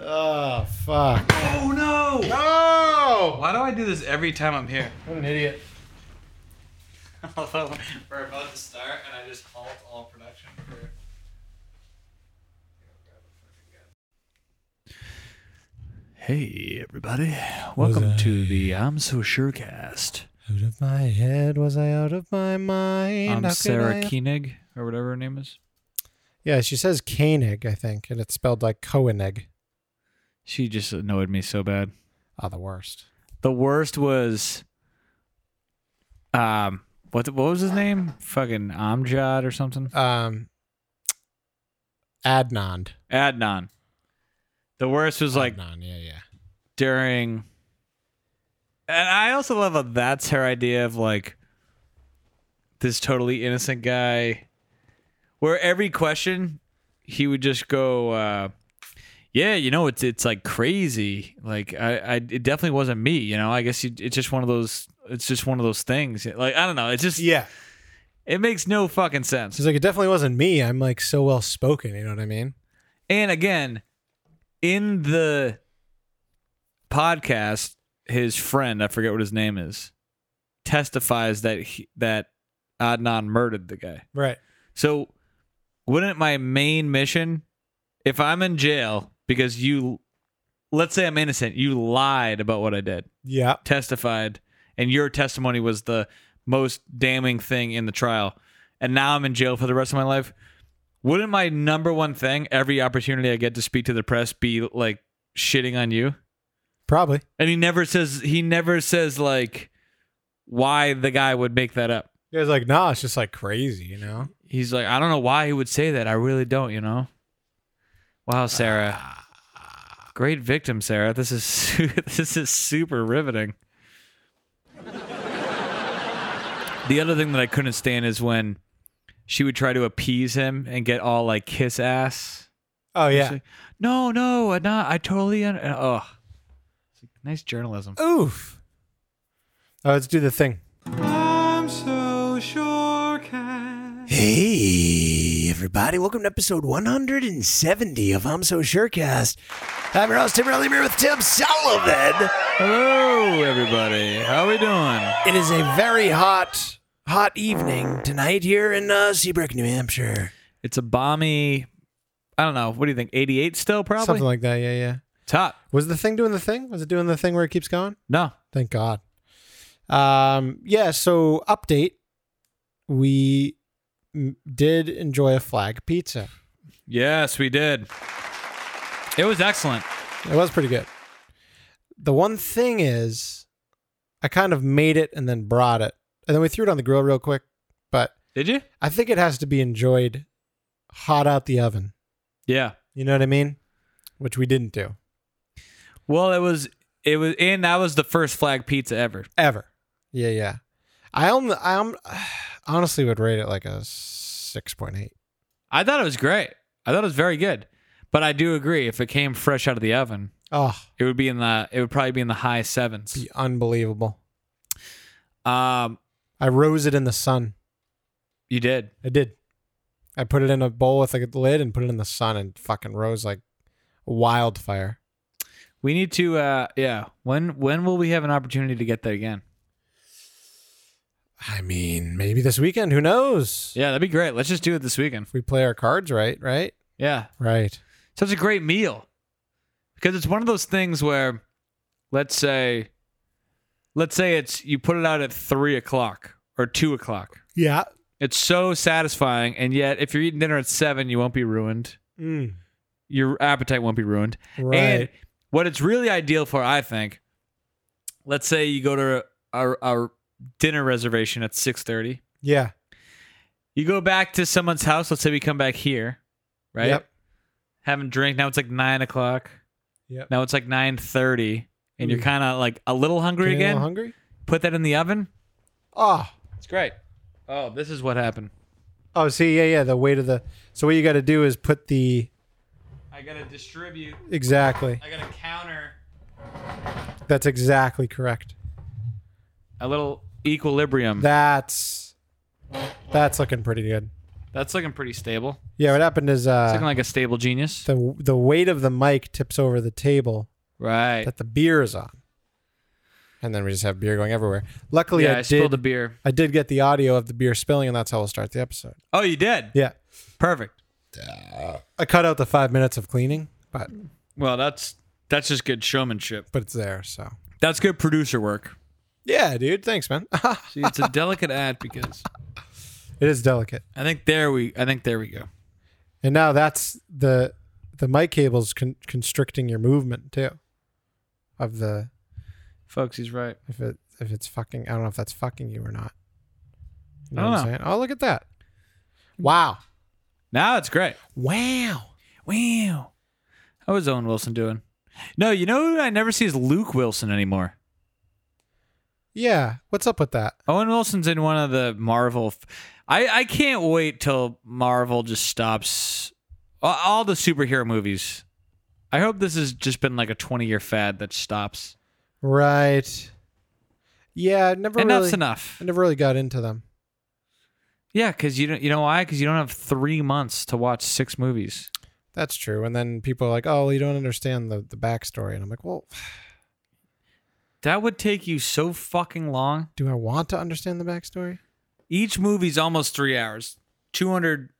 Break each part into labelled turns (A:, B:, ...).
A: Oh fuck!
B: Oh no!
A: No!
B: Why do I do this every time I'm here?
A: What an idiot!
B: Although we're about to start, and I just halt all production for. Hey everybody! Welcome to the I'm So Sure cast.
A: Out of my head, was I out of my mind? How
B: I'm
A: could
B: Sarah
A: I-
B: Koenig, or whatever her name is.
A: Yeah, she says Koenig, I think, and it's spelled like Koenig.
B: She just annoyed me so bad.
A: Ah, the worst.
B: The worst was, um, what the, what was his name? Fucking Amjad or something.
A: Um, Adnan.
B: Adnan. The worst was like
A: Adnan, yeah, yeah.
B: during, and I also love that that's her idea of like this totally innocent guy, where every question he would just go, uh, yeah, you know, it's it's like crazy. Like I, I, it definitely wasn't me. You know, I guess you, it's just one of those. It's just one of those things. Like I don't know. It's just
A: Yeah.
B: It makes no fucking sense.
A: She's like, it definitely wasn't me. I'm like so well spoken. You know what I mean?
B: And again, in the podcast, his friend, I forget what his name is, testifies that he, that Adnan murdered the guy.
A: Right.
B: So wouldn't my main mission if I'm in jail because you let's say I'm innocent, you lied about what I did,
A: Yeah.
B: testified, and your testimony was the most damning thing in the trial, and now I'm in jail for the rest of my life. Wouldn't my number one thing, every opportunity I get to speak to the press, be like shitting on you?
A: Probably.
B: And he never says he never says like why the guy would make that up.
A: You guys are like, nah, it's just like crazy, you know?
B: He's like, I don't know why he would say that. I really don't, you know. Wow, Sarah. Great victim, Sarah. This is su- this is super riveting. the other thing that I couldn't stand is when she would try to appease him and get all like kiss ass.
A: Oh
B: She's
A: yeah.
B: like, no, no, I'm not. I totally. Un- oh, it's like, nice journalism.
A: Oof. Oh, let's do the thing.
B: I'm so sure. Cat.
A: Hey, everybody. Welcome to episode 170 of I'm So Surecast. I'm your host, Tim Riley, here with Tim Sullivan.
B: Hello, everybody. How we doing?
A: It is a very hot, hot evening tonight here in uh, Seabrook, New Hampshire.
B: It's a balmy. I don't know. What do you think? 88 still, probably.
A: Something like that, yeah, yeah.
B: Top.
A: Was the thing doing the thing? Was it doing the thing where it keeps going?
B: No.
A: Thank God. Um, yeah, so update. We m- did enjoy a flag pizza.
B: Yes, we did. It was excellent.
A: It was pretty good. The one thing is, I kind of made it and then brought it, and then we threw it on the grill real quick. But
B: Did you?
A: I think it has to be enjoyed hot out the oven.
B: Yeah.
A: You know what I mean? Which we didn't do
B: Well, it was. It was, and that was the first flag pizza ever.
A: ever. Yeah, yeah. I only, I am honestly would rate it like a six point eight.
B: I thought it was great. I thought it was very good. But I do agree. If it came fresh out of the oven,
A: Oh,
B: it would be in the. It would probably be in the high sevens.
A: be unbelievable.
B: Um,
A: I rose it in the sun.
B: you did.
A: I did. I put it in a bowl with like a lid and put it in the sun and fucking rose like wildfire.
B: We need to. Uh, yeah. When when will we have an opportunity to get that again?
A: I mean, maybe this weekend. Who knows?
B: Yeah, that'd be great. Let's just do it this weekend.
A: If we play our cards right, right,
B: Yeah.
A: right.
B: such a great meal because it's one of those things where let's say let's say it's you put it out at three o'clock or two o'clock
A: Yeah.
B: it's so satisfying and yet if you're eating dinner at seven you won't be ruined
A: Mm.
B: your appetite won't be ruined
A: Right.
B: and what it's really ideal for i think let's say you go to a, a, a dinner reservation at 6.30
A: yeah.
B: you go back to someone's house let's say we come back here right
A: Yep.
B: having a drink now it's like nine o'clock
A: Yep.
B: Now it's like 9:30 and you're
A: Mm.
B: kind of like a little hungry
A: Getting a
B: again.
A: little hungry?
B: Put that in the oven.
A: Oh.
B: It's great. Oh, this is what happened.
A: Oh, see, yeah, yeah. The weight of the. So what you got to do is put the
B: I got to distribute.
A: exactly.
B: I got to counter
A: That's exactly correct.
B: a little equilibrium.
A: That's that's looking pretty good.
B: That's looking pretty stable.
A: Yeah, what happened is
B: It's
A: uh,
B: looking like a stable genius.
A: the the weight of the mic tips over the table
B: Right.
A: that the beer is on, and then we just have beer going everywhere. Luckily, I,
B: yeah, I,
A: did
B: spilled a beer.
A: I did get the audio of the beer spilling, and that's how we'll start the episode.
B: Oh, you did?
A: Yeah,
B: Perfect.
A: I cut out the five minutes of cleaning, but
B: Well, that's that's just good showmanship.
A: but it's there. So
B: That's good producer work.
A: yeah, dude, thanks, man. it
B: See, it's a delicate act because
A: is delicate,
B: I think there we I think there we go.
A: and now that's the the mic cables con- constricting your movement too, of the
B: Folks, he's right.
A: if it if it's fucking I don't know if that's fucking you or not. You
B: I don't
A: what I'm saying? Oh, look at that! Wow,
B: Now it's great.
A: wow.
B: Wow. How is Owen Wilson doing? No, you know who I never see is Luke Wilson anymore.
A: Yeah, what's up with that?
B: Owen Wilson's in one of the Marvel. F- I I can't wait till Marvel just stops all- all the superhero movies. I hope this has just been like a twenty year fad that stops.
A: Right. Yeah, I never
B: Enough's
A: really,
B: enough.
A: I never really got into them.
B: Yeah, because you don't you know why? Because you don't have three months to watch six movies.
A: That's true. And then people are like, "Oh, well, you don't understand the the backstory," and I'm like, "Well,
B: That would take you so fucking long.
A: do I want to understand the backstory?"
B: Each movie's almost three hours, 200,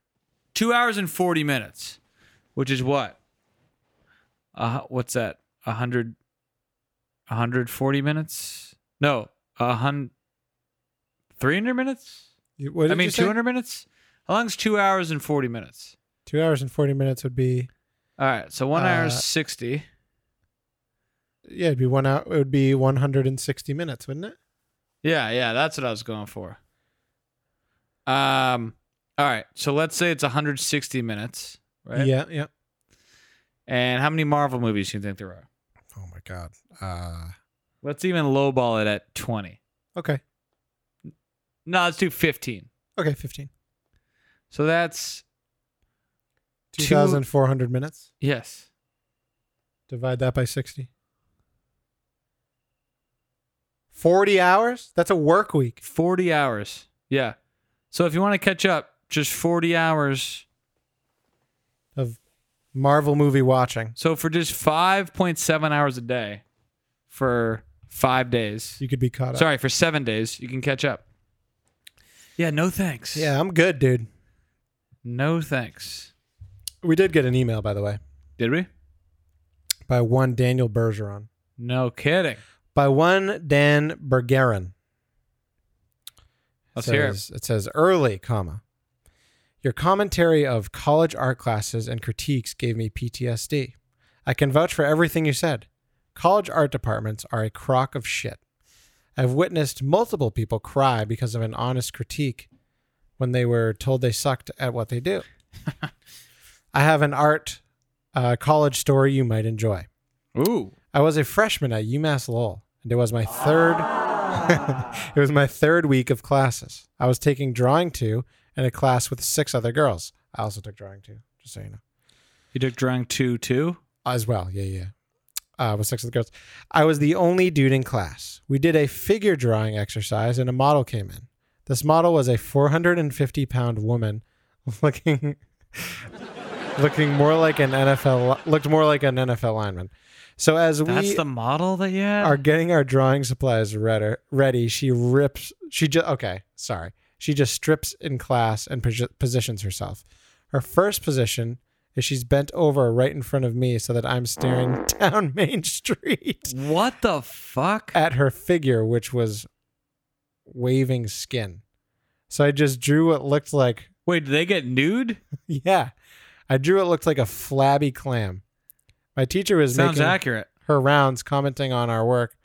B: two hours and 40 minutes, which is what? Uh, what's that? 100, 140 minutes? No, a hundred, 300 minutes?
A: You- What did
B: I mean,
A: you say?
B: 200 minutes? How long's two hours and 40 minutes?
A: Two hours and forty minutes would be
B: All right, so one hour
A: Uh,
B: is 60.
A: yeah, it'd be one hour. It would be one hundred and sixty minutes, wouldn't it?
B: Yeah, yeah, that's what I was going for. Um, all right, so let's say it's 160 minutes, right?
A: Yeah, yeah.
B: And how many Marvel movies do you think there are?
A: Oh my god. Uh,
B: Let's even lowball it at 20.
A: okay,
B: No, let's do 15.
A: okay, fifteen.
B: So that's Two-
A: Two thousand four hundred minutes.
B: yes.
A: Divide that by sixty. Forty hours. That's a work week.
B: 40 hours. Yeah. So if you want to catch up, just 40 hours.
A: of Marvel movie watching.
B: So for just 5.7 hours a day for 5 days.
A: You could be caught up.
B: Sorry, for 7 days, you can catch up. Yeah, no thanks.
A: Yeah, I'm good, dude.
B: No thanks.
A: We did get an email, by the way,
B: Did we?
A: by one Daniel Bergeron.
B: No kidding.
A: By one Dan Bergeron.
B: Let's
A: It
B: hear it.
A: says- It says early, comma. Your commentary of college art classes and critiques gave me PTSD. I can vouch for everything you said. College art departments are a crock of shit. I've witnessed multiple people cry because of an honest critique when they were told they sucked at what they do. I have an art uh, college story you might enjoy.
B: Ooh.
A: I was a freshman at UMass Lowell, and it was my third. it was my third week of classes. I was taking drawing two in a class with six other girls. I also took drawing two, just so you know,
B: You took drawing 2 too?
A: as well. Yeah, yeah. Uh, with six other girls, I was the only dude in class. We did a figure drawing exercise, and a model came in. This model was a 450 pound woman, looking looking more like an NFL li- looked more like an NFL lineman. So as we
B: That's the model that you had?
A: are getting our drawing supplies ready. Ready. She rips. She just okay. Sorry. She just strips in class and posi- positions herself. Her first position is she's bent over right in front of me so that I'm staring down Main Street
B: What the fuck?
A: at her figure, which was waving skin. So I just drew what looked like
B: Wait, did they get nude?
A: yeah, I drew what looked like a flabby clam. My teacher was
B: Sounds
A: making
B: accurate.
A: her rounds commenting on our work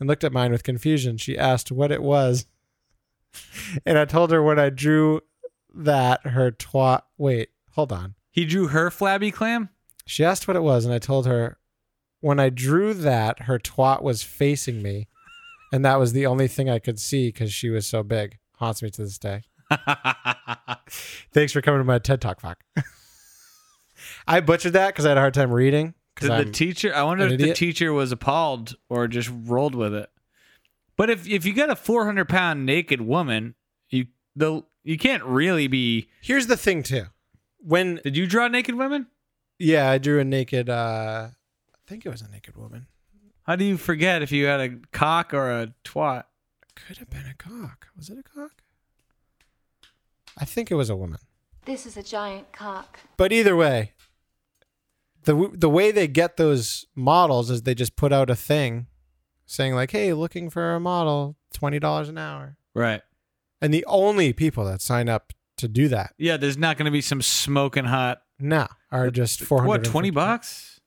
A: and looked at mine with confusion. She asked what it was. And I told her when I drew that her twat. Wait, hold on.
B: He drew her flabby clam?
A: She asked what it was, and I told her when I drew that her twat was facing me, and that was the only thing I could see because she was so big. Haunts me to this day. Thanks for coming to my TED Talk, fuck. I butchered that because I had a hard time reading. 'cause
B: Did the
A: I'm-
B: teacher I wonder
A: an
B: if the
A: idiot.
B: teacher was appalled or just rolled with it. But if if you got a four hundred pound naked woman, you the You can't really be.
A: Here's the thing too. When
B: Did you draw naked women?
A: yeah, I drew a naked uh I think it was a naked woman.
B: How do you forget if you had a cock or a twat?
A: Could have been a cock. Was it a cock? I think it was a woman.
C: This is a giant cock.
A: But either way, the w- the way they get those models is they just put out a thing saying like, "Hey, looking for a model, $20 an hour."
B: Right.
A: And the only people that sign up to do that
B: Yeah, there's not going to be some smoking hot.
A: now are just 400
B: What, 20 bucks?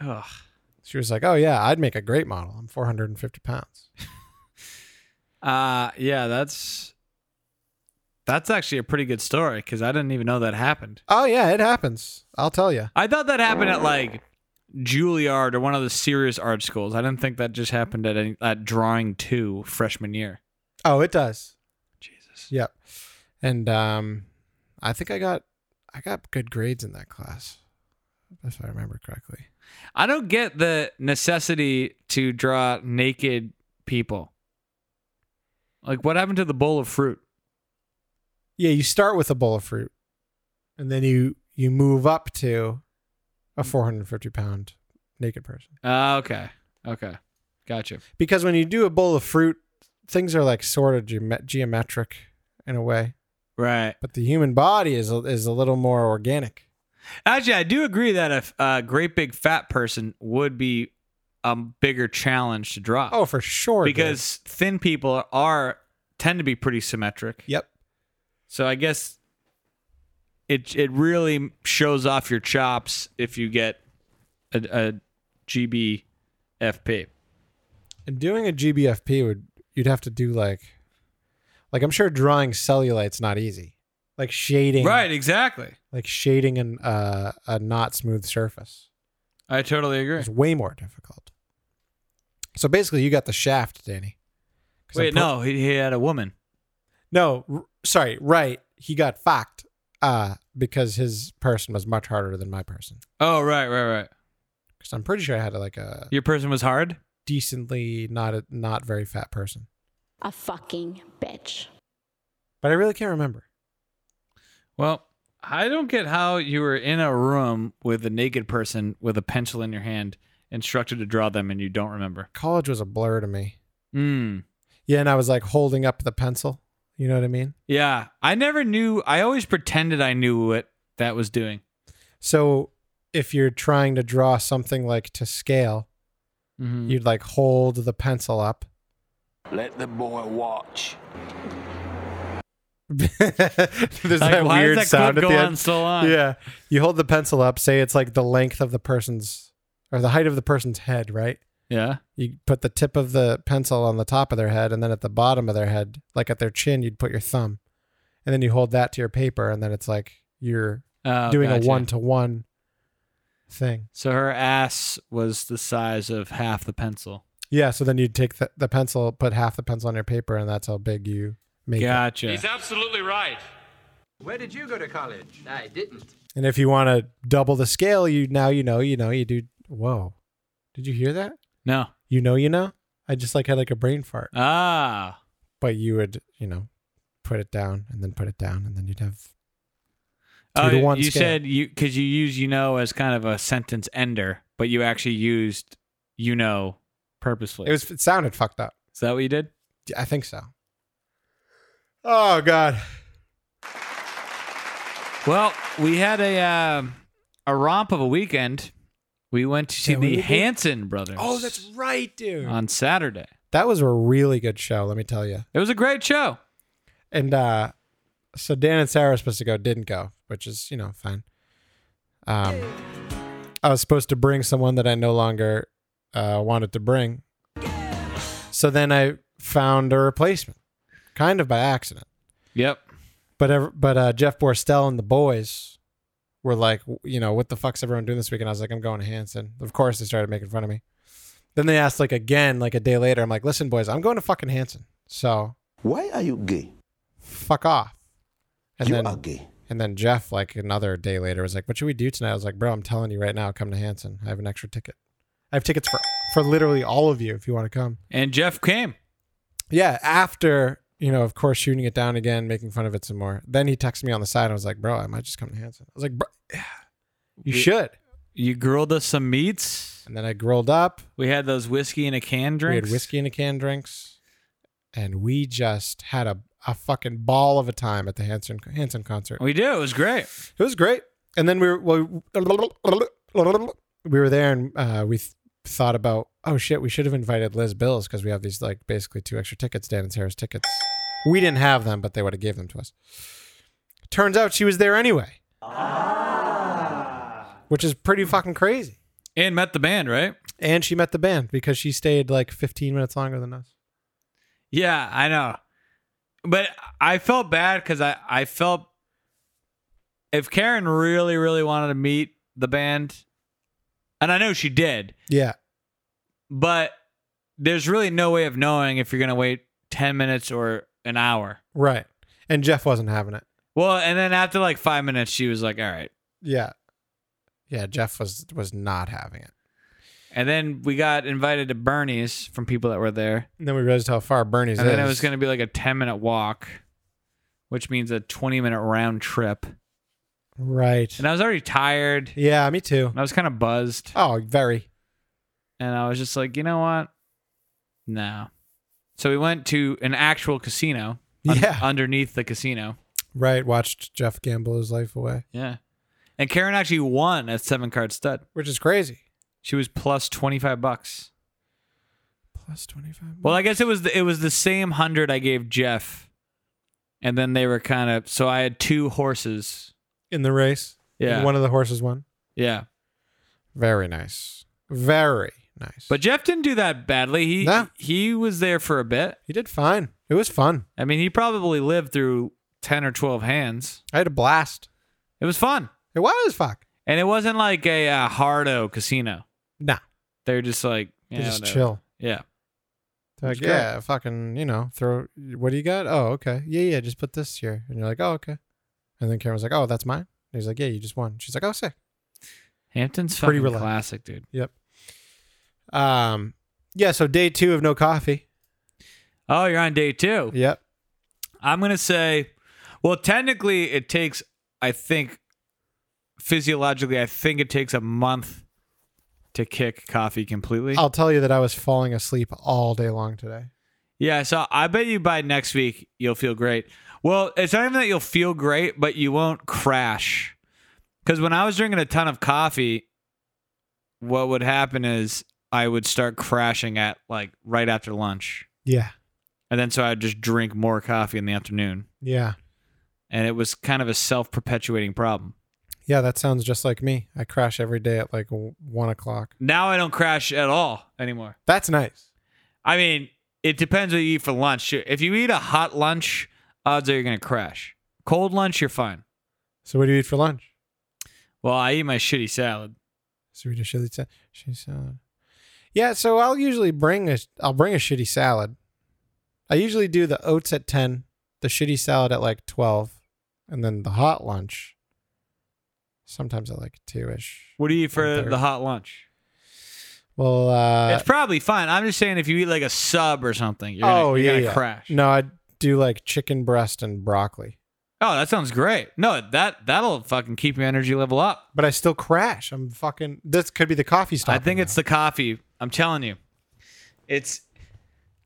B: Ugh.
A: She was like, "Oh yeah, I'd make a great model. I'm 450 pounds."
B: Uh, yeah, that's. That's actually a pretty good story because I didn't even know that happened.
A: Oh yeah, it happens. I'll tell you.
B: I thought that happened at like Juilliard or one of the serious art schools. I didn't think that just happened at any, at drawing two freshman year.
A: Oh, it does.
B: Jesus.
A: Yep. And um, I think I got I got good grades in that class, if I remember correctly.
B: I don't get the necessity to draw naked people. Like what happened to the bowl of fruit?
A: Yeah, you start with a bowl of fruit, and then you you move up to a 450 pound naked person.
B: Ah, okay. Okay. Gotcha.
A: Because when you do a bowl of fruit, things are like sort of geome- geometric in a way,
B: Right.
A: but the human body is a- is a little more organic.
B: Actually, I do agree that if a great big fat person would be a bigger challenge to draw.
A: Oh, for sure. dude.
B: because thin people are tend to be pretty symmetric.
A: yep,
B: So I guess it it really shows off your chops if you get a, a GBFP.
A: and doing a GBFP would you'd have to do like, like I'm sure drawing cellulite's not easy. Like shading,
B: Right, exactly.
A: Like shading an uh, a not smooth surface
B: I totally agree.
A: is way more difficult. So basically, you got the shaft, Danny. 'Cause I'm
B: Wait,
A: pro-
B: no, he, he had a woman.
A: no, r- sorry, right? He got fucked uh, because his person was much harder than my person.
B: Oh, right, right, right.
A: Because I'm pretty sure I had like a
B: Your person was hard.
A: decently not a, not very fat person,
C: A fucking bitch.
A: but I really can't remember.
B: Well, I don't get how you were in a room with a naked person with a pencil in your hand, instructed to draw them, and you don't remember.
A: College was a blur to me.
B: Hmm.
A: Yeah, and I was like holding up the pencil. You know what I mean?
B: Yeah, I never knew. I always pretended I knew what that was doing.
A: So if you're trying to draw something like to scale,
B: Mm-hmm.
A: you'd like hold the pencil up.
D: Let the boy watch.
A: There's that
B: why
A: weird
B: is that
A: sound at
B: clip
A: the
B: going on
A: end.
B: so long?
A: Yeah. You hold the pencil up, say it's like the length of the person's or the height of the person's head, right?
B: Yeah.
A: You put the tip of the pencil on the top of their head and then at the bottom of their head, like at their chin, you'd put your thumb. And then you hold that to your paper and then it's like you're
B: Oh,
A: doing
B: gotcha.
A: a one to one thing.
B: So her ass was the size of half the pencil.
A: Yeah, so then you'd take the, the pencil, put half the pencil on your paper, and that's how big you make it.
B: Gotcha.
E: absolutely right.
F: Where did you go to college? I didn't.
A: And if you want to double the scale, you now you know, you know, you do. Whoa, did you hear that?
B: No.
A: You know, you know. I just like had like a brain fart.
B: Ah.
A: But you would, you know, put it down and then put it down, and then you'd have. Two
B: Oh,
A: to one
B: you
A: scale.
B: said you because you use you know as kind of a sentence ender, but you actually used you know purposefully.
A: It was. It sounded fucked up.
B: Is that what you did?
A: Yeah, I think so. Oh God.
B: Well, we had a um, a romp of a weekend. We went to see
A: Yeah, what
B: the
A: did we do?
B: Hanson brothers.
A: Oh, that's right, dude.
B: on Saturday.
A: That was a really good show. Let me tell you.
B: It was a great show.
A: And uh so Dan and Sarah were supposed to go, didn't go, which is, you know, fine. Um I was supposed to bring someone that I no longer uh wanted to bring. So then I found a replacement, kind of by accident.
B: Yep.
A: But ev- but uh Jeff Borstel and the boys were like, w- you know, what the fuck's everyone doing this weekend? I was like, I'm going to Hanson. Of course they started making fun of me. Then they asked like again, like a day later, I'm like, listen, boys, I'm going to fucking Hanson. So
D: Why are you gay?
A: fuck off. And
D: you
A: then
D: are gay.
A: and then Jeff, like another day later, was like, "What should we do tonight?" I was like, "Bro, I'm telling you right now, come to Hanson. I have an extra ticket. I have tickets for for literally all of you if you want to come."
B: And Jeff came.
A: Yeah, after you know, of course, shooting it down again, making fun of it some more. Then he texted me on the side. I was like, bro, I might just come to Hanson. I was like, bro, yeah, you should.
B: You grilled us some meats.
A: And then I grilled up.
B: We had those whiskey in a can
A: We
B: drinks.
A: had whiskey in a can drinks. And we just had a, a fucking ball of a time at the Hanson, Hanson concert.
B: We did. It was great.
A: It was great. And then we were well, we were there and uh, we th- thought about oh shit, we should have invited Liz Bills because we have these like basically two extra tickets, Dan and Sarah's tickets. We didn't have them, but they would have gave them to us. Turns out she was there anyway, which is pretty fucking crazy.
B: And met the band, right?
A: And she met the band because she stayed like 15 minutes longer than us.
B: Yeah, I know. But I felt bad because I, I felt if Karen really, really wanted to meet the band, and I know she did,
A: Yeah,
B: but there's really no way of knowing if you're going to wait 10 minutes or an hour.
A: right. And Jeff wasn't having it.
B: Well, and then after like five minutes, she was like, all right.
A: Yeah, yeah. Jeff was was not having it.
B: And then we got invited to Bernie's from people that were there.
A: And then we realized how far Bernie's.
B: And then it
A: is.
B: was going to be like a 10 minute walk, which means a 20 minute round trip.
A: Right.
B: And I was already tired.
A: Yeah, me too.
B: And I was kind of buzzed.
A: Oh, very.
B: And I was just like, you know what? No. So we went to an actual casino un-
A: Yeah.
B: underneath the casino.
A: Right. Watched Jeff gamble his life away,
B: Yeah. And Karen actually won a seven card stud.
A: which is crazy.
B: She was plus 25 bucks.
A: Plus 25.
B: Well, I guess it was the, it was the same 100 I gave Jeff. And then they were kind of so I had two horses.
A: in the race.
B: Yeah.
A: And one of the horses won.
B: Yeah.
A: Very nice. Very nice.
B: But Jeff didn't do that badly. He
A: No.
B: he was there for a bit.
A: he did fine. It was fun.
B: I mean, he probably lived through 10 or 12 hands.
A: I had a blast.
B: It was fun.
A: It was fuck.
B: And it wasn't like a uh, hardo casino.
A: Nah.
B: They were just like,
A: they
B: yeah,
A: just
B: whatever.
A: chill.
B: Yeah.
A: They're Like,
B: It's great.
A: yeah, fucking, you know, throw what do you got? Oh, okay. Yeah, yeah, just put this here. And you're like, oh, okay. And then Karen was like, oh, that's mine. And he's like, yeah, you just won. She's like, oh, sick.
B: Hampton's
A: Pretty
B: fucking
A: relaxed.
B: classic, dude.
A: Yep. Um, yeah, so day two of no coffee.
B: Oh, you're on day two.
A: Yep.
B: I'm going to say, well, technically, it takes, I think, physiologically, I think it takes a month to kick coffee completely.
A: I'll tell you that I was falling asleep all day long today.
B: Yeah, so I bet you by next week you'll feel great. Well, it's not even that you'll feel great, but you won't crash. Because when I was drinking a ton of coffee, what would happen is I would start crashing at like right after lunch.
A: Yeah.
B: And then so I'd just drink more coffee in the afternoon.
A: Yeah.
B: And it was kind of a self perpetuating problem.
A: Yeah, that sounds just like me. I crash every day at like w- one o'clock.
B: Now I don't crash at all anymore.
A: That's nice.
B: I mean, it depends what you eat for lunch. If you eat a hot lunch, odds are you're going to crash. Cold lunch, you're fine.
A: So, what do you eat for lunch?
B: Well, I eat my shitty salad.
A: Sweet shitty salad. Shitty salad. Yeah, so I'll usually bring a I'll bring a shitty salad. I usually do the oats at ten, the shitty salad at like twelve, and then the hot lunch. Sometimes I like two ish.
B: What do you eat for
A: One third.
B: the hot lunch?
A: Well, uh,
B: it's probably fine. I'm just saying if you eat like a sub or something, you're gonna,
A: oh
B: you're
A: yeah,
B: gonna
A: yeah.
B: crash.
A: No, I do like chicken breast and broccoli.
B: Oh, that sounds great. No, that that'll fucking keep your energy level up.
A: but I still crash. I'm fucking. This could be the coffee stop.
B: I think it's the coffee. I'm telling you. It's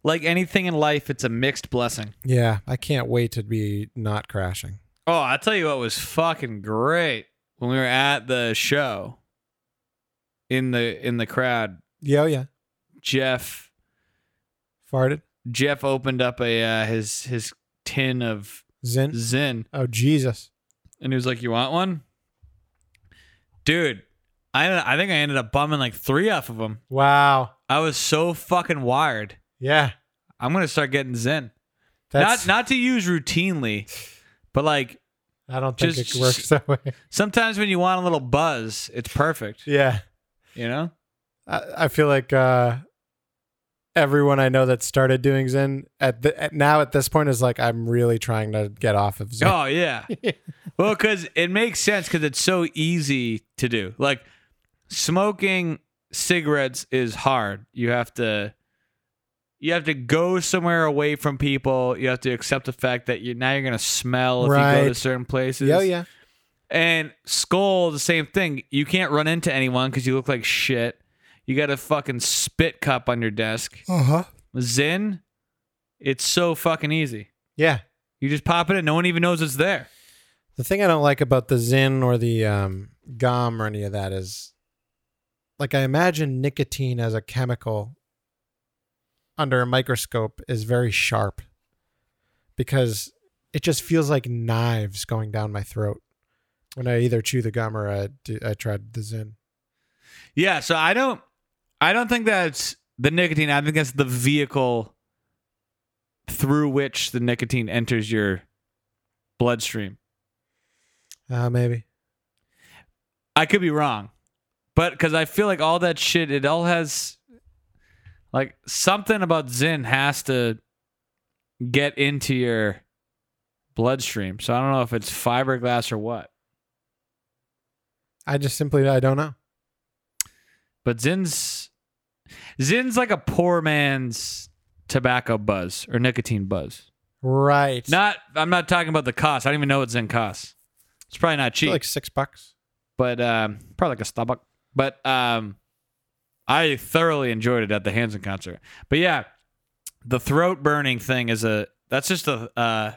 B: like anything in life, it's a mixed blessing.
A: yeah. I can't wait to be not crashing.
B: Oh, I'll tell you what was fucking great when we were at the show in the in the crowd,
A: Yeah, oh, yeah.
B: Jeff
A: Farted.
B: Jeff opened up a uh, his his tin of
A: Zin.
B: Zin.
A: Oh Jesus.
B: and he was like, "You want one, dude?" I ended- I think I ended up bumming like three off of them.
A: Wow.
B: I was so fucking wired.
A: Yeah.
B: I'm gonna start getting zen.
A: That's.
B: not not to use routinely, but like
A: I don't think
B: just-
A: it works that way.
B: sometimes when you want a little buzz, it's perfect.
A: yeah.
B: You know?
A: I, I feel like uh, everyone I know that started doing Zen at, the, at now at this point is like I'm really trying to get off of Zen.
B: Oh yeah. well, because it makes sense because it's so easy to do. Like smoking cigarettes is hard. You have to You have to go somewhere away from people. You have to accept the fact that you now you're gonna smell if you go to
A: Right.
B: certain places.
A: Yeah, yeah.
B: And Skull, the same thing. You can't run into anyone because you look like shit. You got a fucking spit cup on your desk.
A: Uh huh.
B: Zin, it's so fucking easy.
A: Yeah.
B: You just pop it in, no one even knows it's there.
A: The thing I don't like about the Zin or the um, gum or any of that is, like, I imagine nicotine as a chemical under a microscope is very sharp because it just feels like knives going down my throat when I either chew the gum or I, do, I tried the Zin.
B: Yeah, so I don't I don't think that's the nicotine. I think that's the vehicle through which the nicotine enters your bloodstream.
A: Uh, maybe.
B: I could be wrong. But cuz I feel like all that shit it all has like something about Zin has to get into your bloodstream. So I don't know if it's fiberglass or what.
A: I just simply, I don't know.
B: But Zin's Zin's like a poor man's tobacco buzz or nicotine buzz.
A: Right.
B: Not I'm not talking about the cost. I don't even know what Zin costs. It's probably not cheap,
A: like six bucks.
B: but um, probably like a Starbucks. But um, I thoroughly enjoyed it at the Hanson concert. But yeah, the throat burning thing is a that's just a uh,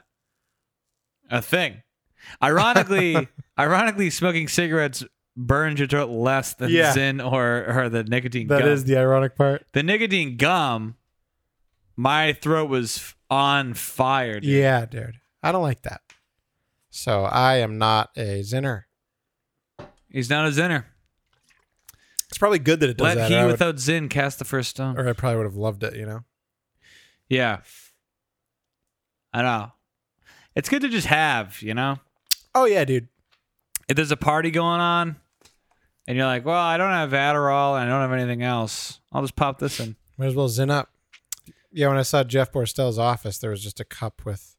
B: a thing. Ironically, ironically, smoking cigarettes burns your throat less than
A: Yeah.
B: Zin or or the nicotine.
A: That is
B: gum
A: the ironic part.
B: the nicotine gum, my throat was f- on fire. Dude.
A: Yeah, dude. I don't like that. So I am not a Zinner.
B: He's not a zinner.
A: It's probably good that it does
B: Let
A: that.
B: he
A: or, I would-
B: without zin cast the first stone.
A: or I probably would have loved it, you know?
B: yeah. I know. It's good to just have, you know?
A: Oh, yeah, dude.
B: If there's a party going on and you're like, well, I don't have Adderall and I don't have anything else, I'll just pop this in.
A: Might as well zin up. Yeah, when I saw Jeff Borstel's office, there was just a cup with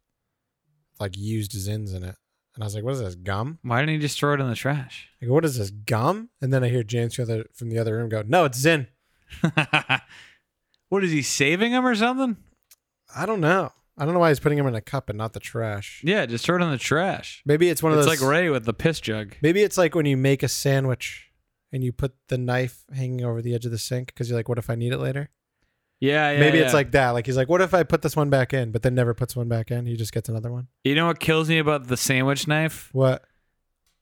A: like used zins in it. And I was like, what is this, gum?
B: Why didn't he just throw it in the trash?
A: Like, what is this, gum? And then I hear James from the other, from the other room go, no, it's zin.
B: what is he saving him or something?
A: I don't know. I don't know why he's putting them in a cup and not the trash.
B: Yeah, just throw it in the trash.
A: Maybe it's one of
B: It's
A: those.
B: like Ray with the piss jug.
A: Maybe it's like when you make a sandwich and you put the knife hanging over the edge of the sink because you're like, what if I need it later?
B: Yeah, yeah.
A: Maybe
B: yeah.
A: it's like that. Like he's like, what if I put this one back in, but then never puts one back in? He just gets another one.
B: You know what kills me about the sandwich knife?
A: What?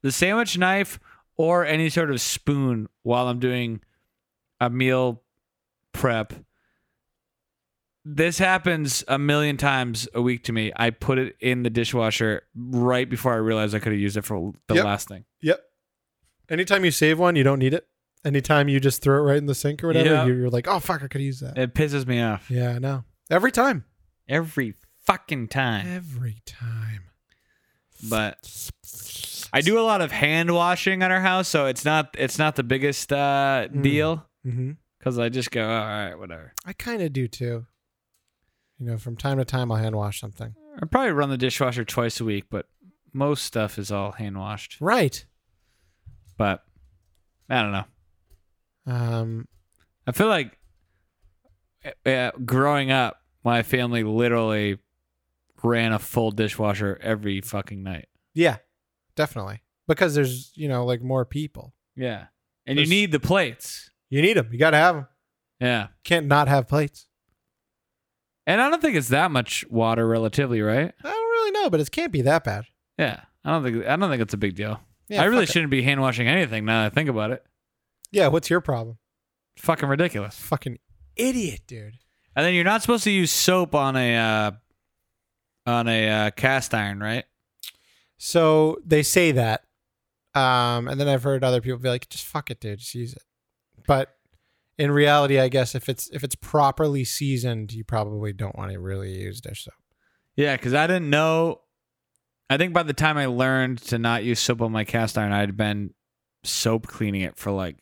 B: The sandwich knife or any sort of spoon while I'm doing a meal prep. This happens a million times a week to me. I put it in the dishwasher right before I realized I could have used it for the
A: Yep.
B: last thing.
A: Yep. Anytime you save one, you don't need it. Anytime you just throw it right in the sink or whatever,
B: Yeah.
A: you- you're like, oh fuck, I could use that.
B: It pisses me off
A: yeah, I know. Every time.
B: every fucking time.
A: Every time.
B: But I do a lot of hand washing at our house, so it's not it's not the biggest uh, deal
A: hmm
B: because I just go all right, whatever.
A: I kind of do too. You know, from time to time, I'll hand wash something.
B: I probably run the dishwasher twice a week, but most stuff is all hand washed.
A: Right.
B: But I don't know.
A: Um.
B: I feel like uh, growing up, my family literally ran a full dishwasher every fucking night.
A: Yeah. Definitely. Because there's you know like more people.
B: Yeah. And
A: There's-
B: you need the plates.
A: You need them. You gotta have them.
B: Yeah.
A: Can't not have plates.
B: And I don't think it's that much water relatively, right?
A: I don't really know, but it can't be that bad.
B: Yeah. I don't think I don't think it's a big deal.
A: Yeah,
B: I really
A: fuck it.
B: shouldn't be hand washing anything now that I think about it.
A: Yeah. What's your problem?
B: Fucking ridiculous.
A: Fucking idiot, dude.
B: And then you're not supposed to use soap on a uh, on a uh, cast iron, right?
A: So they say that. Um, and then I've heard other people be like, just fuck it, dude, just use it. But in reality, I guess if it's if it's properly seasoned, you probably don't want to really use dish soap.
B: Yeah, because I didn't know. I think by the time I learned to not use soap on my cast iron, I'd been soap cleaning it for like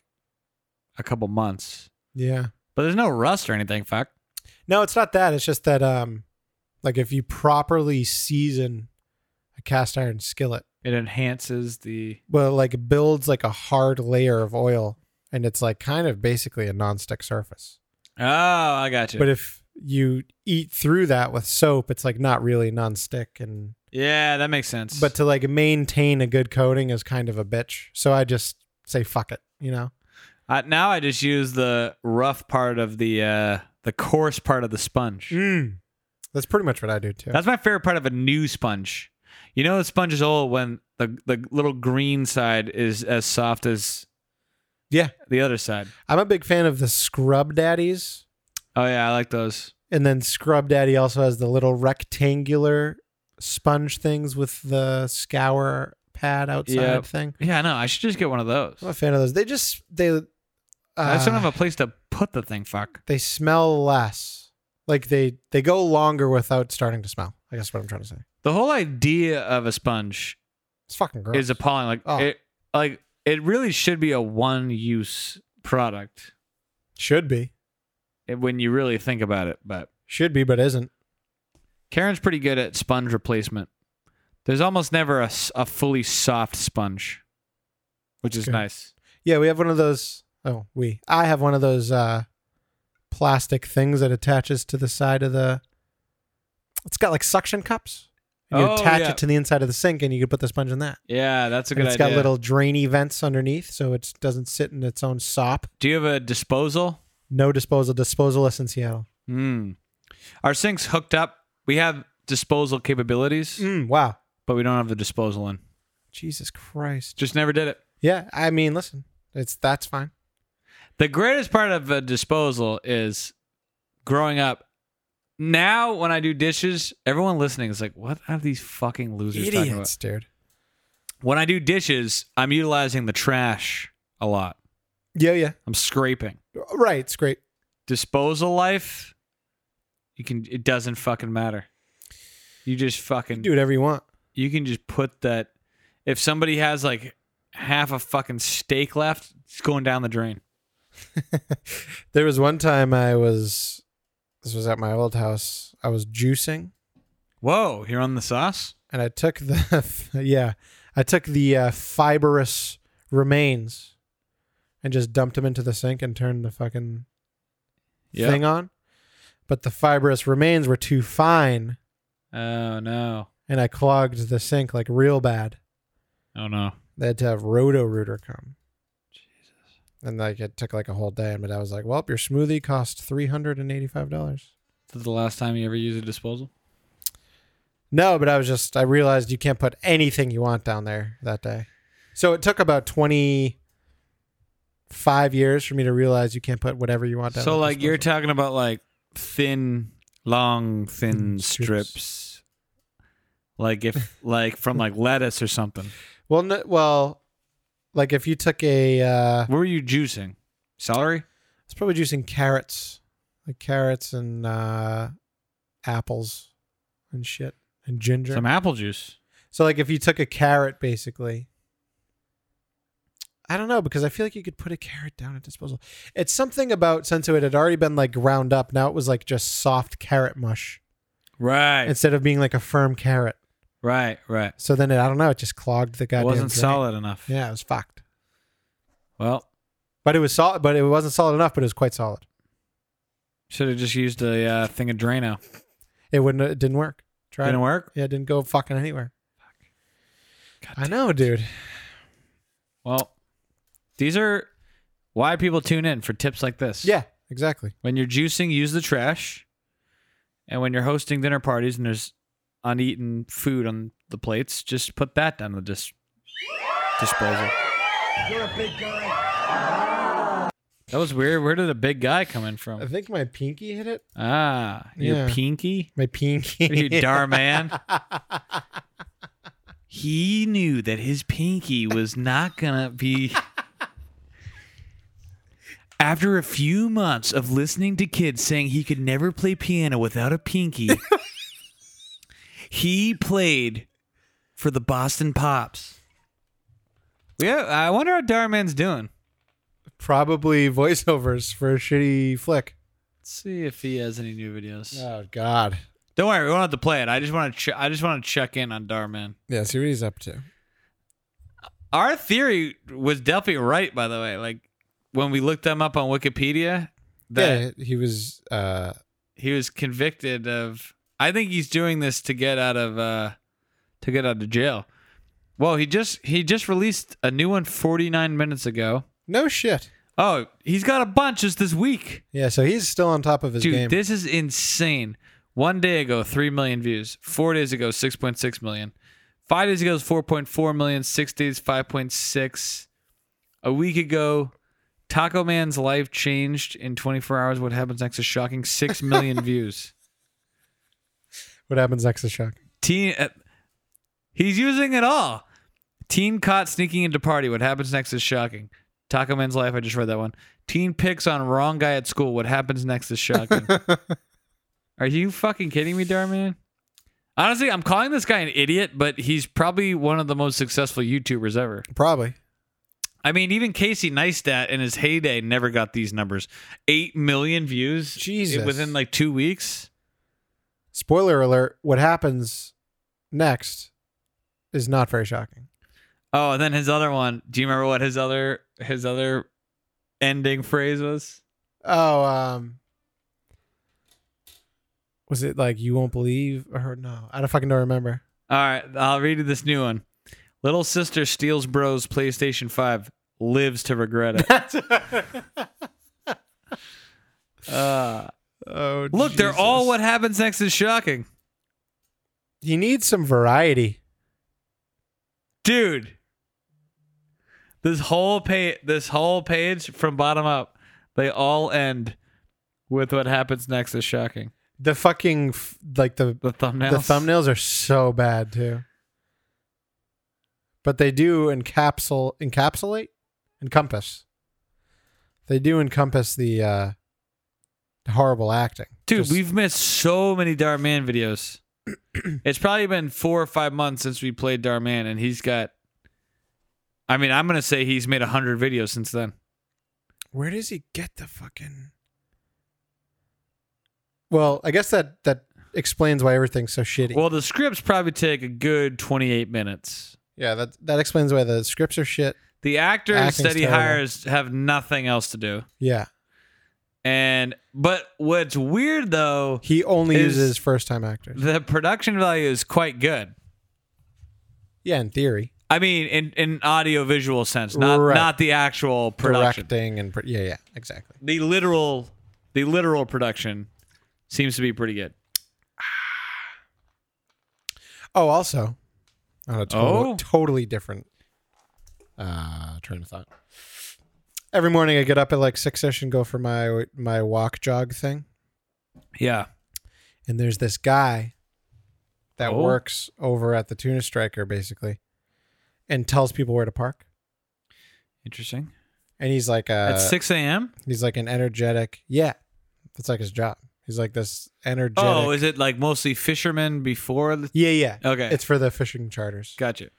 B: a couple months.
A: Yeah.
B: But there's no rust or anything. Fuck.
A: No, it's not that. It's just that um like if you properly season a cast iron skillet,
B: It enhances the.
A: well like it builds like a hard layer of oil and it's like kind of basically a nonstick surface.
B: Oh, I got you.
A: But if you eat through that with soap, it's like not really nonstick and
B: Yeah, that makes sense.
A: but to like maintain a good coating is kind of a bitch. So I just say fuck it, you know.
B: I, now I just use the rough part of the uh, the coarse part of the sponge.
A: Mm. That's pretty much what I do too.
B: That's my favorite part of a new sponge. You know, the sponge is old when the the little green side is as soft as
A: yeah.
B: the other side.
A: I'm a big fan of the scrub daddies.
B: Oh yeah, I like those.
A: And then scrub daddy also has the little rectangular sponge things with the scour pad outside
B: Yep.
A: thing.
B: Yeah, I know. I should just get one of those.
A: I'm a fan of those. They just they uh,
B: I just don't have a place to put the thing. Fuck.
A: they smell less. Like they they go longer without starting to smell. I guess is what I'm trying to say.
B: The whole idea of a sponge
A: It's fucking gross.
B: is appalling. Like
A: Oh.
B: it, like it really should be a one-use product
A: Should be.
B: eh, when you really think about it. But
A: Should be, but isn't.
B: Karen's pretty good at sponge replacement. There's almost never a, s- a fully soft sponge, which is
A: Okay.
B: nice.
A: Yeah, we have one of those. Oh, we. I have one of those uh, plastic things that attaches to the side of the. It's got like suction cups. And you
B: Oh,
A: attach
B: yeah.
A: it to the inside of the sink, and you can put the sponge in that.
B: Yeah, that's a
A: And
B: good
A: It's got
B: idea.
A: little drainy vents underneath, so it doesn't sit in its own sop.
B: Do you have a disposal?
A: No disposal. Disposalless in Seattle.
B: Hmm. Our sink's hooked up. We have disposal capabilities,
A: Mm, wow.
B: but we don't have the disposal in.
A: Jesus Christ.
B: Just never did it.
A: Yeah, I mean, listen, it's that's fine.
B: The greatest part of a disposal is growing up. Now, when I do dishes, everyone listening is like, "What are these fucking losers talking about?"
A: Idiots, dude.
B: When I do dishes, I'm utilizing the trash a lot.
A: Yeah, yeah.
B: I'm scraping.
A: Right. It's great.
B: Disposal life, you can. It doesn't fucking matter. You just
A: You
B: fucking
A: can do whatever you want.
B: you can just put that if somebody has like half a fucking steak left it's going down the drain
A: There was one time I was, this was at my old house. I was juicing,
B: whoa here on the sauce
A: and I took the, yeah, I took the uh, fibrous remains, and just dumped them into the sink and turned the fucking thing on. But the fibrous remains were too fine,
B: oh no
A: and I clogged the sink like real bad.
B: oh no
A: They had to have Roto Rooter come. Jesus. And like it took like a whole day, and my dad was like, "Well, your smoothie cost three hundred and eighty-five dollars."
B: this is the last time you ever used a disposal
A: No, but I was just I realized you can't put anything you want down there that day. So it took about twenty five years for me to realize you can't put whatever you want down.
B: so
A: at
B: like you're
A: disposal.
B: talking about like thin long thin
A: Mm, strips.
B: strips, like if like from like lettuce or something
A: well, no, well, like if you took a uh,
B: what were you juicing celery
A: it's probably juicing carrots, like carrots and uh, apples and shit and ginger.
B: some apple juice
A: So like if you took a carrot basically I don't know because I feel like you could put a carrot down at disposal. It's something about since it had already been like ground up, now it was like just soft carrot mush
B: right
A: instead of being like a firm carrot.
B: right right
A: So then it, I don't know, it just clogged the
B: it
A: goddamn.
B: wasn't
A: drain.
B: solid enough
A: Yeah, it was fucked.
B: well
A: But it was solid. But it wasn't solid enough. But it was quite solid.
B: should have just used a uh, thing of drano
A: It wouldn't. It didn't work. Tried.
B: Didn't work.
A: Yeah, it didn't go fucking anywhere. I know, dude.
B: Well, these are why people tune in for tips like this.
A: Yeah, exactly.
B: When you're juicing, use the trash. And when you're hosting dinner parties and there's uneaten food on the plates, just put that down the dis- disposal. That was weird. Where did a big guy come in
A: I
B: from?
A: think my pinky hit it.
B: Ah, your
A: Yeah.
B: pinky?
A: My pinky.
B: You dar man. He knew that his pinky was not gonna be. After a few months of listening to kids saying he could never play piano without a pinky, he played for the Boston Pops. Yeah, I wonder how Darman's doing.
A: probably voiceovers for a shitty flick.
B: Let's see if he has any new videos.
A: Oh God.
B: Don't worry, we won't have to play it. I just want to. Ch- I just want to check in on Darman.
A: Yeah, see what he's up to.
B: our theory was definitely right by the way like when we looked them up on wikipedia that
A: yeah, he was uh
B: he was convicted of I think he's doing this to get out of uh to get out of jail. Well, he just he just released a new one 49 minutes ago.
A: No shit.
B: Oh, he's got a bunch just this week.
A: Yeah, so he's still on top of his
B: Dude,
A: game.
B: this is insane. One day ago, 3 million views. Four days ago, 6.6 million. Five days ago, it was 4.4 million. Six days, 5.6. A week ago, Taco Man's life changed in 24 hours. What happens next is shocking. 6 million views.
A: what happens next is shocking.
B: Teen, uh, he's using it all. Teen caught sneaking into party. What happens next is shocking. Taco Man's life. I just read that one. Teen picks on wrong guy at school. What happens next is shocking. Are you fucking kidding me, Darman? Honestly, I'm calling this guy an idiot, but he's probably one of the most successful YouTubers ever.
A: Probably.
B: I mean, even Casey Neistat in his heyday never got these numbers. Eight million views
A: Jesus.
B: within like two weeks.
A: Spoiler alert, what happens next is not very shocking.
B: Oh, and then his other one. Do you remember what his other his other ending phrase was?
A: Oh, um was it like you won't believe or no? I don't fucking don't remember.
B: All right, I'll read you this new one. Little sister steals bro's PlayStation 5, lives to regret it. uh,
A: Oh,
B: look, they're all what happens next is shocking.
A: he needs some variety.
B: Dude. This whole page this whole page from bottom up, they all end with what happens next is shocking.
A: The fucking f- like the
B: The thumbnail.
A: the thumbnails are so bad too. But they do encapsule encapsulate encompass. They do encompass the uh horrible acting.
B: Dude,
A: Just-
B: we've missed so many Darman videos. it's probably been four or five months since we played Darman, and he's got. I mean, I'm gonna say he's made hundred videos since then.
A: Where does he get the fucking? Well, I guess that that explains why everything's so shitty.
B: Well, the scripts probably take a good 28 minutes.
A: yeah, that that explains why the scripts are shit.
B: The actors
A: Acting's
B: that he
A: terrible.
B: hires have nothing else to do.
A: Yeah,
B: And but what's weird though,
A: he only
B: Is-
A: uses first time actors.
B: the production value is quite good.
A: Yeah, in theory,
B: I mean, in in audio visual sense, not
A: Right.
B: not the actual production.
A: directing and pr- yeah, yeah, exactly.
B: the literal the literal production seems to be pretty good.
A: Oh, also, on a total,
B: Oh.
A: totally different uh, train of thought. Every morning, I get up at like six ish and go for my my walk jog thing.
B: Yeah.
A: and there's this guy that
B: Oh.
A: works over at the tuna striker basically and tells people where to park
B: Interesting.
A: and he's like
B: At
A: uh
B: 6 a.m.
A: he's like an energetic yeah that's like his job he's like this energetic
B: Oh, is it like mostly fishermen before? The-
A: yeah yeah
B: Okay.
A: it's for the fishing charters
B: gotcha.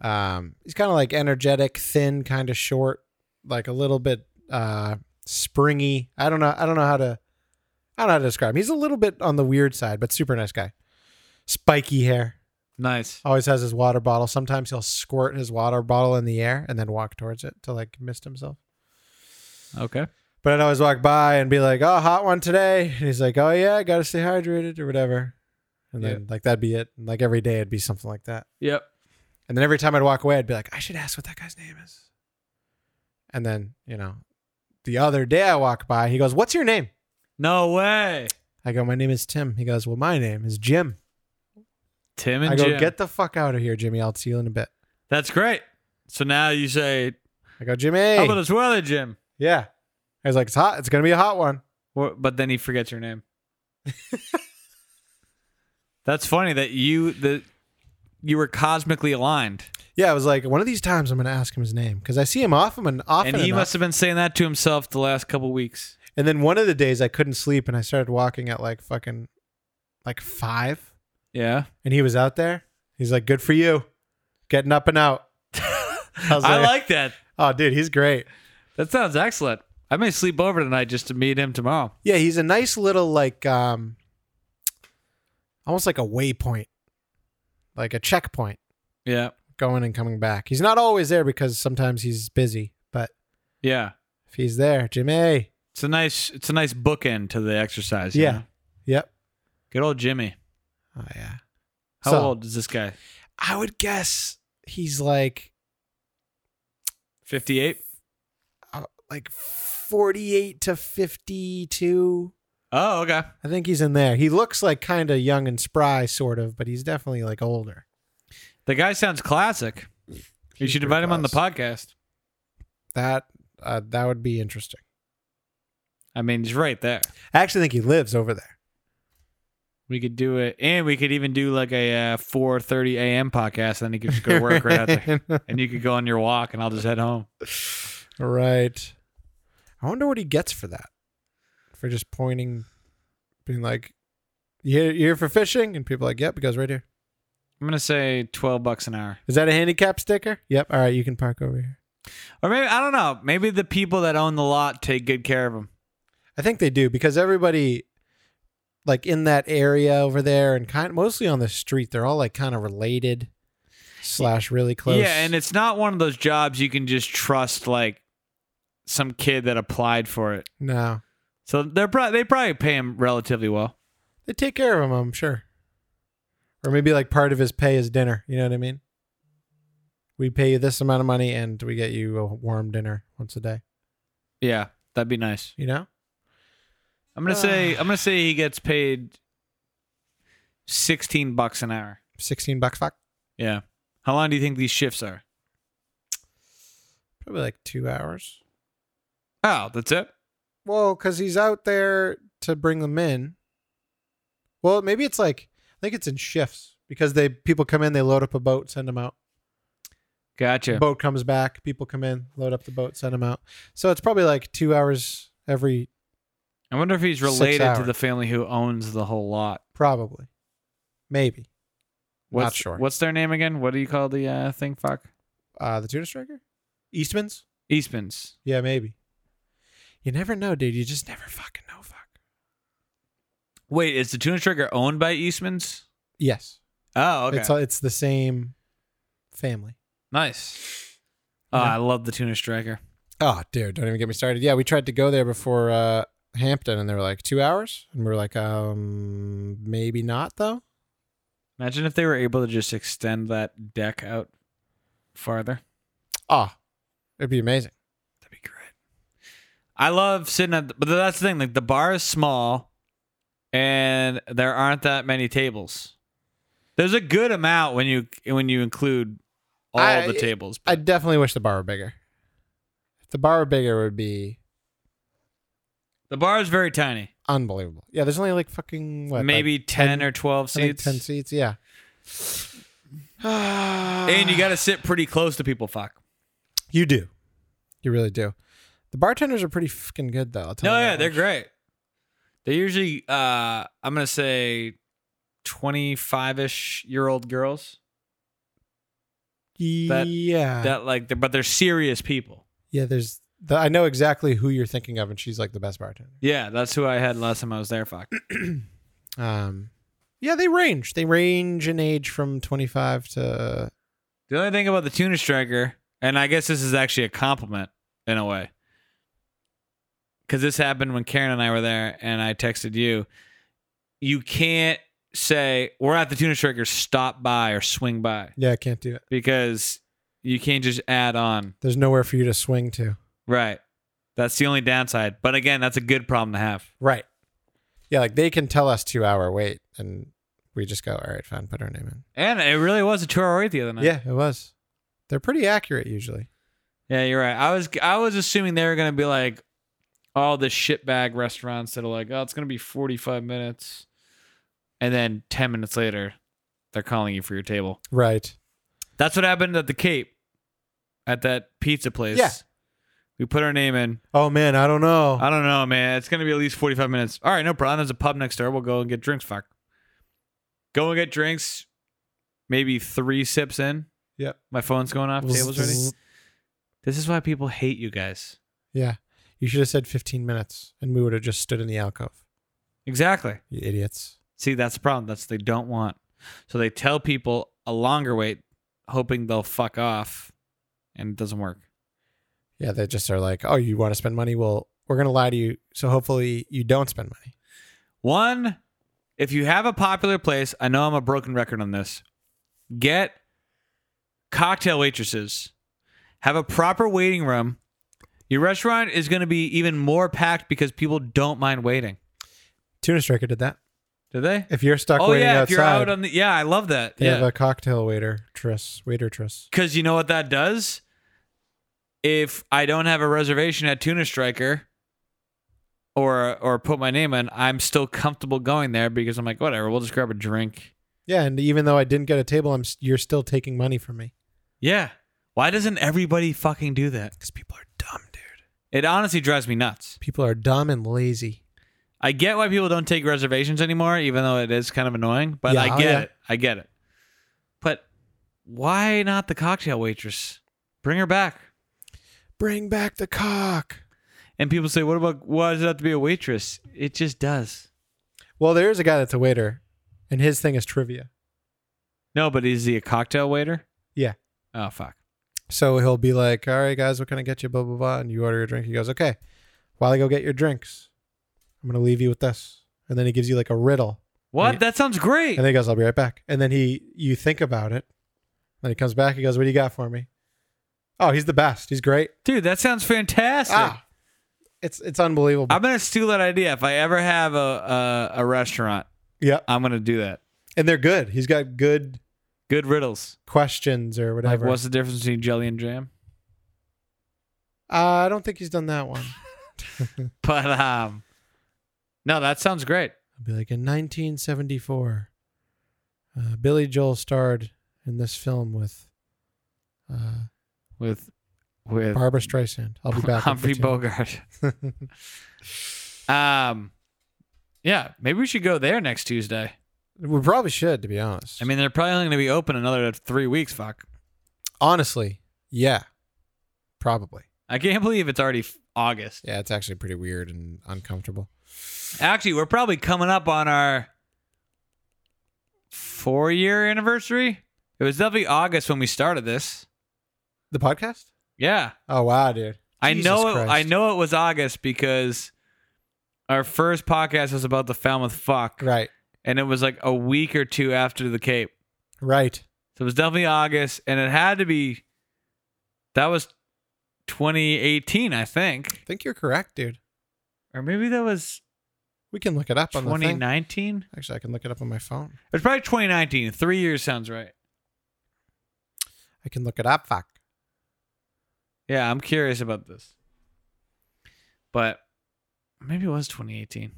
A: um he's kind of like energetic thin kind of short like a little bit uh springy i don't know i don't know how to i don't know how to describe him he's a little bit on the weird side but super nice guy spiky hair
B: Nice.
A: always has his water bottle. Sometimes he'll squirt his water bottle in the air and then walk towards it to like mist himself.
B: Okay.
A: But I'd always walk by and be like, "Oh, hot one today," and he's like, "Oh yeah, gotta stay hydrated or whatever." And then like that'd be it. And, like every day it'd be something like that.
B: Yep.
A: And then every time I'd walk away, I'd be like, "I should ask what that guy's name is." And then you know, the other day I walk by, he goes, "What's your name?"
B: No way.
A: I go, "My name is Tim." He goes, "Well, my name is Jim."
B: Tim and
A: I go,
B: Jim.
A: "Get the fuck out of here, Jimmy. I'll see you in a bit."
B: That's great. So now you say,
A: I go, "Jimmy."
B: "How about this weather, Jim?"
A: Yeah. I was like, it's hot. It's going to be a hot one.
B: Wha- But then he forgets your name. That's funny that you the you were cosmically aligned,
A: Yeah, I was like, one of these times I'm going to ask him his name because I see him often and often.
B: and he
A: enough.
B: must have been saying that to himself the last couple weeks.
A: And then one of the days I couldn't sleep and I started walking at like fucking like five
B: Yeah.
A: and he was out there. He's like, good for you. Getting up and out. I was like,
B: I like that.
A: oh, dude, he's great.
B: That sounds excellent. I may sleep over tonight just to meet him tomorrow.
A: Yeah, he's a nice little like um almost like a waypoint, like a checkpoint
B: Yeah.
A: going and coming back. He's not always there because sometimes he's busy, but
B: Yeah.
A: if he's there, Jimmy,
B: It's a nice it's a nice bookend to the exercise. you
A: Yeah.
B: know?
A: Yep.
B: Good old Jimmy.
A: Oh yeah.
B: How
A: So-
B: old is this guy?
A: I would guess he's like
B: 58?
A: uh, like 48 to 52.
B: Oh, okay.
A: I think he's in there. He looks like kind of young and spry sort of, but he's definitely like older.
B: The guy sounds classic. You
A: He's
B: should
A: pretty
B: invite him on the
A: class.
B: podcast.
A: That uh, that would be interesting.
B: I mean, he's right there.
A: I actually think he lives over there.
B: We could do it, and we could even do like a uh, four thirty a.m. podcast, and then he could just go work right out there, and you could go on your walk, and I'll just head home.
A: Right. I wonder what he gets for that. For just pointing being like you here, you here for fishing and people are like, "Yep, it goes right here."
B: I'm gonna say twelve bucks an hour,
A: Is that a handicap sticker? Yep. All right, you can park over here.
B: or maybe I don't know. Maybe the people that own the lot take good care of him.
A: I think they do because everybody like in that area over there and kind mostly on the street, they're all like kind of related slash really close.
B: Yeah, and it's not one of those jobs you can just trust like some kid that applied for it.
A: no.
B: So they're pro- they probably pay him relatively well.
A: They take care of him, I'm sure. Or maybe like part of his pay is dinner. You know what I mean? We pay you this amount of money and we get you a warm dinner once a day.
B: Yeah, that'd be nice.
A: You know?
B: I'm gonna say I'm gonna say he gets paid sixteen bucks an hour.
A: 16 bucks, fuck.
B: Yeah. How long do you think these shifts are?
A: Probably like two hours.
B: Oh, that's it.
A: Well, because he's out there to bring them in. Well, maybe it's like I think it's in shifts because they people come in, they load up a boat, send them out.
B: Gotcha.
A: Boat comes back, people come in, load up the boat, send them out. So it's probably like two hours every,
B: I wonder if he's
A: Six
B: related to
A: hours.
B: the family who owns the whole lot.
A: probably, maybe.
B: What's,
A: Not sure.
B: What's their name again? What do you call the uh, thing? Fuck.
A: Uh, the tuna striker, Eastman's.
B: Eastman's.
A: Yeah, maybe. You never know, dude. You just never fucking know. Fuck.
B: Wait, is the tuna trigger owned by Eastman's?
A: Yes,
B: Oh, okay.
A: it's uh, it's the same family.
B: nice. Oh, I love the tuna striker.
A: Oh, dude, don't even get me started. Yeah, we tried to go there before uh, Hampton, and they were like two hours, and we were like, um, maybe not though.
B: Imagine if they were able to just extend that deck out farther.
A: Ah, it'd be amazing.
B: That'd be great. I love sitting at, the, but that's the thing. Like the bar is small, and there aren't that many tables. There's a good amount when you when you include all
A: I-
B: the tables.
A: I
B: But
A: definitely wish the bar were bigger. If the bar were bigger, it would be
B: the bar is very tiny,
A: unbelievable. Yeah, there's only like fucking what,
B: maybe
A: like
B: ten, or twelve
A: I think
B: seats,
A: ten seats. Yeah.
B: and you got to sit pretty close to people. Fuck.
A: You do. You really do. The bartenders are pretty fucking good, though. I'll tell
B: No,
A: you
B: yeah,
A: that
B: they're
A: much.
B: great. They're usually, uh, I'm gonna say, twenty-five ish year old girls That-
A: Yeah,
B: that like, they're, but they're serious people.
A: yeah. There's. The, I know exactly who you're thinking of, and she's like the best bartender.
B: Yeah, that's who I had last time I was there. Fuck.
A: Um, yeah, they range. They range in age from 25 to.
B: The only thing about the tuna striker, and I guess this is actually a compliment in a way, because this happened when Karen and I were there, and I texted you. You can't say we're at the tuna striker. Stop by or swing by
A: Yeah, I can't do it.
B: because you can't just add on.
A: There's nowhere for you to swing to.
B: Right. That's the only downside. But again, that's a good problem to have.
A: Right. Yeah, like they can tell us two hour wait, and we just go, all right, fine, put our name
B: And it really was a two hour wait the other
A: in.
B: night.
A: Yeah, it was. They're pretty accurate usually.
B: Yeah, you're right. I was I was assuming they were gonna be like all the shitbag restaurants that are like, oh, it's gonna be forty five minutes. And then ten minutes later, they're calling you for your table.
A: Right.
B: That's what happened at the Cape at that pizza place.
A: Yeah.
B: We put our name in.
A: Oh man, I don't know.
B: I don't know, man. It's gonna be at least forty five minutes. All right, no problem. There's a pub next door. We'll go and get drinks. Fuck. Go and get drinks. Maybe three sips in.
A: Yep.
B: My phone's going off. Tables ready. This is why people hate you guys.
A: Yeah. You should have said 15 minutes and we would have just stood in the alcove.
B: Exactly.
A: You idiots.
B: See, that's the problem. That's what they don't want. So they tell people a longer wait, hoping they'll fuck off, and it doesn't work.
A: Yeah, they just are like, oh, you want to spend money? Well, we're going to lie to you. So hopefully you don't spend money.
B: One, if you have a popular place, I know I'm a broken record on this. Get cocktail waitresses. Have a proper waiting room. Your restaurant is going to be even more packed because people don't mind waiting.
A: Tuna Striker did that.
B: Do they?
A: If you're stuck
B: Oh
A: waiting
B: yeah, if
A: outside,
B: you're out on the yeah, I love that.
A: they have
B: Yeah,
A: a cocktail waiter, Triss, waitress.
B: because you know what that does. If I don't have a reservation at Tuna Striker, or or put my name in, I'm still comfortable going there because I'm like whatever, we'll just grab a drink.
A: Yeah, and even though I didn't get a table, I'm s- you're still taking money from me.
B: Yeah. Why doesn't everybody fucking do that? Because people are dumb, dude. It honestly drives me nuts.
A: People are dumb and lazy.
B: I get why people don't take reservations anymore, even though it is kind of annoying, but I
A: Yeah, Oh,
B: get
A: yeah.
B: it. I get it. But why not the cocktail waitress? Bring her back.
A: Bring back the cock.
B: And people say, what about why does it have to be a waitress? It just does.
A: Well, there is a guy that's a waiter, and his thing is trivia.
B: No, but is he a cocktail waiter?
A: Yeah.
B: Oh, fuck.
A: So he'll be like, "All right, guys, what can I get you?" Blah blah blah, and you order your drink. He goes, "Okay, while I go get your drinks, I'm gonna leave you with this," and then he gives you like a riddle,
B: What?
A: Yeah.
B: That sounds great.
A: and then he goes, "I'll be right back," and then he you think about it, then he comes back. He goes, "What do you got for me?" Oh, he's the best. He's great.
B: Dude, that sounds fantastic.
A: Ah, it's it's unbelievable.
B: I'm going to steal that idea. If I ever have a, a, a restaurant,
A: yeah,
B: I'm going to do that.
A: and they're good. He's got good
B: Good riddles.
A: questions or
B: Like,
A: whatever.
B: what's the difference between jelly and jam?
A: uh, I don't think he's done that one.
B: But um, no, that sounds great.
A: I'll be like, in 1974, uh, Billy Joel starred in this film with uh,
B: With with
A: Barbara Streisand. I'll be back. in
B: Humphrey
A: 15
B: Bogart. um, yeah, maybe we should go there next Tuesday.
A: We probably should, to be honest.
B: I mean, they're probably only going to be open another three weeks. Fuck,
A: honestly, yeah, probably.
B: I can't believe it's already f- August.
A: Yeah, it's actually pretty weird and uncomfortable.
B: Actually, we're probably coming up on our four year anniversary. It was definitely August when we started this.
A: The podcast?
B: Yeah.
A: Oh wow, dude.
B: I
A: Jesus
B: know it,
A: Christ.
B: I know it was August because our first podcast was about the Falmouth fuck,
A: Right,
B: and it was like a week or two after the Cape,
A: right.
B: so it was definitely August, and it had to be. That was 2018, I
A: I
B: think,
A: think you're correct, dude.
B: or maybe that was
A: We can look it up on the thing.
B: 2019.
A: Actually, I can look it up on my phone.
B: It was probably 2019. Three years sounds right.
A: I can look it up. Fuck.
B: Yeah, I'm curious about this. But maybe it was 2018.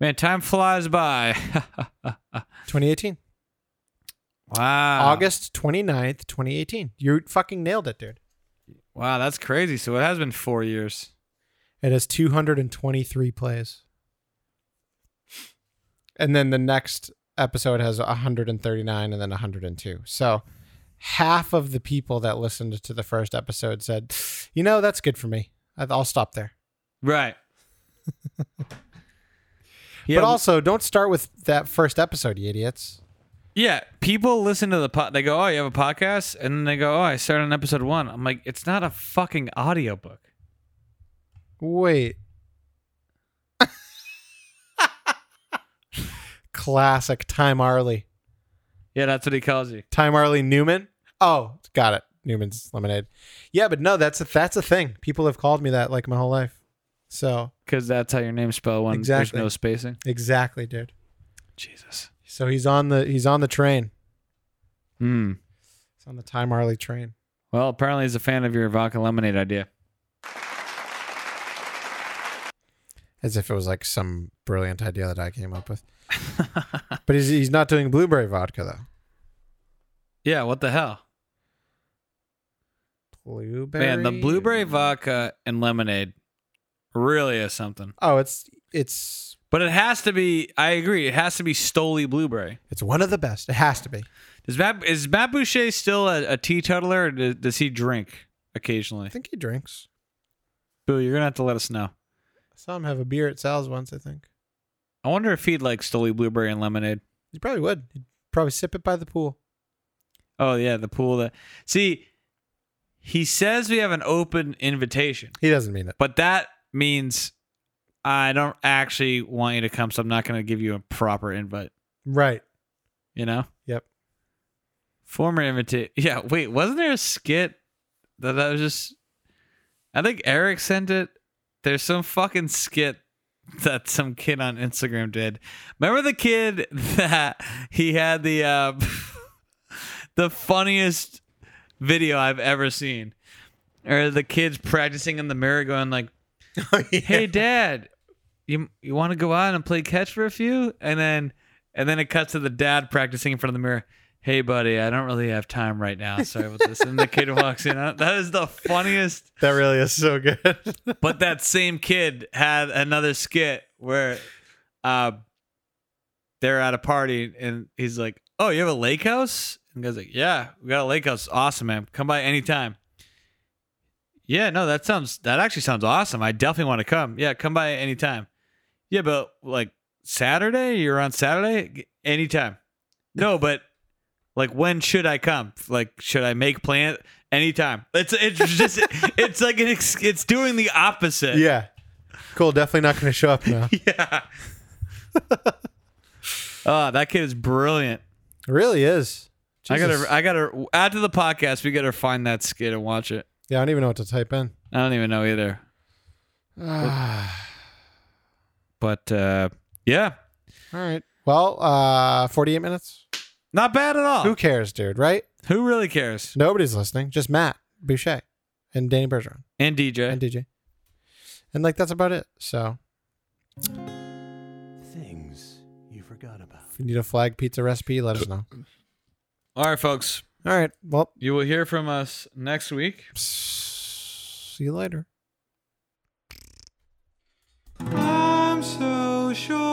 B: Man, time flies by.
A: 2018.
B: wow.
A: August 29th, 2018. You fucking nailed it, dude.
B: Wow, that's crazy. So it has been four years.
A: It has 223 plays. And then the next episode has 139 and then 102. So half of the people that listened to the first episode said, you know, that's good for me. I- I'll stop there.
B: Right. yeah,
A: but also, don't start with that first episode, you idiots.
B: yeah, people listen to the pod. They go, "Oh, you have a podcast," and then they go, "Oh, I started on episode one." I'm like, "It's not a fucking audiobook."
A: Wait. Classic Time Arley.
B: Yeah, that's what he calls you.
A: Time Arley Newman. Oh, got it. Newman's lemonade. Yeah, but no, that's a that's a thing. People have called me that like my whole life. So
B: Because that's how your name's spelled when
A: Exactly.
B: there's no spacing.
A: exactly, dude.
B: Jesus.
A: So he's on the he's on the train.
B: Hmm.
A: He's on the Time Arley train.
B: Well, apparently he's a fan of your vodka lemonade idea.
A: As if it was like some brilliant idea that I came up with. but he's he's not doing blueberry vodka though.
B: Yeah. What the hell,
A: Blueberry.
B: man? The blueberry vodka and lemonade really is something.
A: Oh, it's it's
B: But it has to be. I agree. It has to be Stoli blueberry.
A: it's one of the best. It has to be.
B: Does Matt is Matt Boucher still a, a teetotaler, or does, does he drink occasionally?
A: I think he drinks.
B: Boo, you're gonna have to let us know.
A: I saw him have a beer at Sal's once, I think.
B: I wonder if he'd like Stoli blueberry and lemonade.
A: He probably would. He'd probably sip it by the pool.
B: Oh yeah, the pool. That see, he says we have an open invitation,
A: He doesn't mean it.
B: but that means I don't actually want you to come, so I'm not going to give you a proper invite.
A: Right.
B: You know,
A: Yep.
B: former invite. Yeah, wait, wasn't there a skit that I was just? I think Eric sent it. There's some fucking skit that some kid on Instagram did. Remember the kid that he had the uh, the funniest video I've ever seen, or the kids practicing in the mirror, going like. hey dad you you want to go out and play catch for a few and then and then it cuts to the dad practicing in front of the mirror hey buddy i don't really have time right now sorry about this and the kid walks in Uh, that is the funniest
A: That really is so good.
B: but that same kid had another skit where uh they're at a party and he's like oh you have a lake house and the guy's like yeah we got a lake house awesome man come by anytime yeah no that sounds that actually sounds awesome i definitely want to come yeah come by anytime yeah but like saturday you're on saturday G- anytime no but like when should i come like should i make plan anytime it's it's just it's like an ex- it's doing the opposite
A: yeah. Cool. Definitely not going to show up now.
B: yeah. oh, that kid is brilliant.
A: It really is.
B: I
A: Jesus.
B: gotta, I gotta. After the podcast, we gotta find that skit and watch it.
A: yeah, I don't even know what to type in.
B: I don't even know either. but uh, yeah,
A: All right. Well, uh, 48 minutes.
B: not bad at all.
A: Who cares, dude, right?
B: Who really cares?
A: Nobody's listening. Just Matt, Boucher, and Danny Bergeron,
B: And DJ.
A: and DJ. And like, that's about it. So
D: Things you forgot about.
A: if you need a flag pizza recipe, let us know.
B: all right, folks.
A: All right. Well,
B: You will hear from us next week.
A: see you later.
B: I'm so sure.